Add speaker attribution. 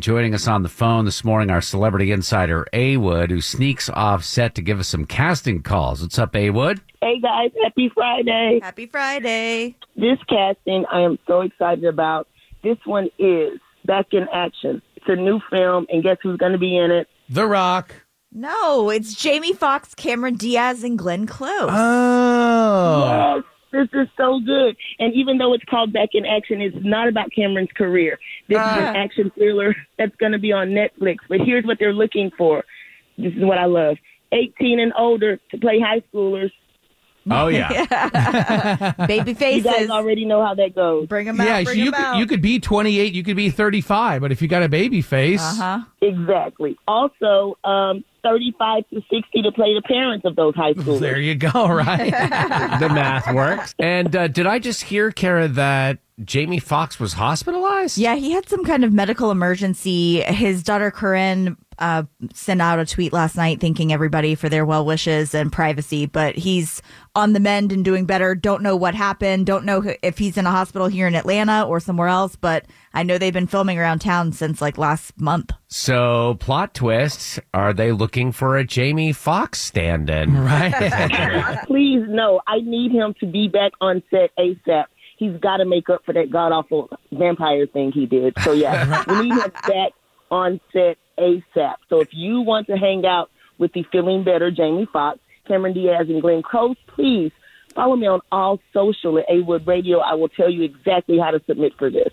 Speaker 1: Joining us on the phone this morning, our celebrity insider, A Wood, who sneaks off set to give us some casting calls. What's up, A Wood?
Speaker 2: Hey guys, happy Friday.
Speaker 3: Happy Friday.
Speaker 2: This casting I am so excited about. This one is Back in Action. It's a new film, and guess who's going to be in it?
Speaker 4: The Rock.
Speaker 3: No, it's Jamie Foxx, Cameron Diaz, and Glenn Close.
Speaker 4: Oh.
Speaker 2: Yes, this is so good. And even though it's called Back in Action, it's not about Cameron's career. This is
Speaker 3: Ah.
Speaker 2: an action thriller that's going to be on Netflix. But here's what they're looking for. This is what I love 18 and older to play high schoolers.
Speaker 1: Oh, yeah.
Speaker 3: Baby
Speaker 2: You guys
Speaker 3: faces.
Speaker 2: already know how that goes.
Speaker 3: Bring them out.
Speaker 4: Yeah,
Speaker 3: bring
Speaker 4: you
Speaker 3: 'em
Speaker 4: could,
Speaker 3: out.
Speaker 4: you could be 28, you could be 35, but if you got a baby face,
Speaker 3: Uh huh.
Speaker 2: Exactly. Also, um, 35 to 60 to play the parents of those high schoolers.
Speaker 4: there you go, right?
Speaker 1: the math works. And uh, did I just hear, Kara, that Jamie Foxx was hospitalized?
Speaker 3: Yeah, he had some kind of medical emergency. His daughter Corinne uh, sent out a tweet last night thanking everybody for their well wishes and privacy, but he's on the mend and doing better. Don't know what happened. Don't know who- if he's in a hospital here in Atlanta or somewhere else, but I know they've been filming around town since like last month.
Speaker 1: So, plot twist are they looking for a Jamie Foxx stand in?
Speaker 4: right.
Speaker 2: Please, no. I need him to be back on set ASAP. He's got to make up for that god awful vampire thing he did. So, yeah, we need him back on set ASAP. So, if you want to hang out with the feeling better Jamie Foxx, Cameron Diaz, and Glenn Close, please follow me on all social at A Wood Radio. I will tell you exactly how to submit for this.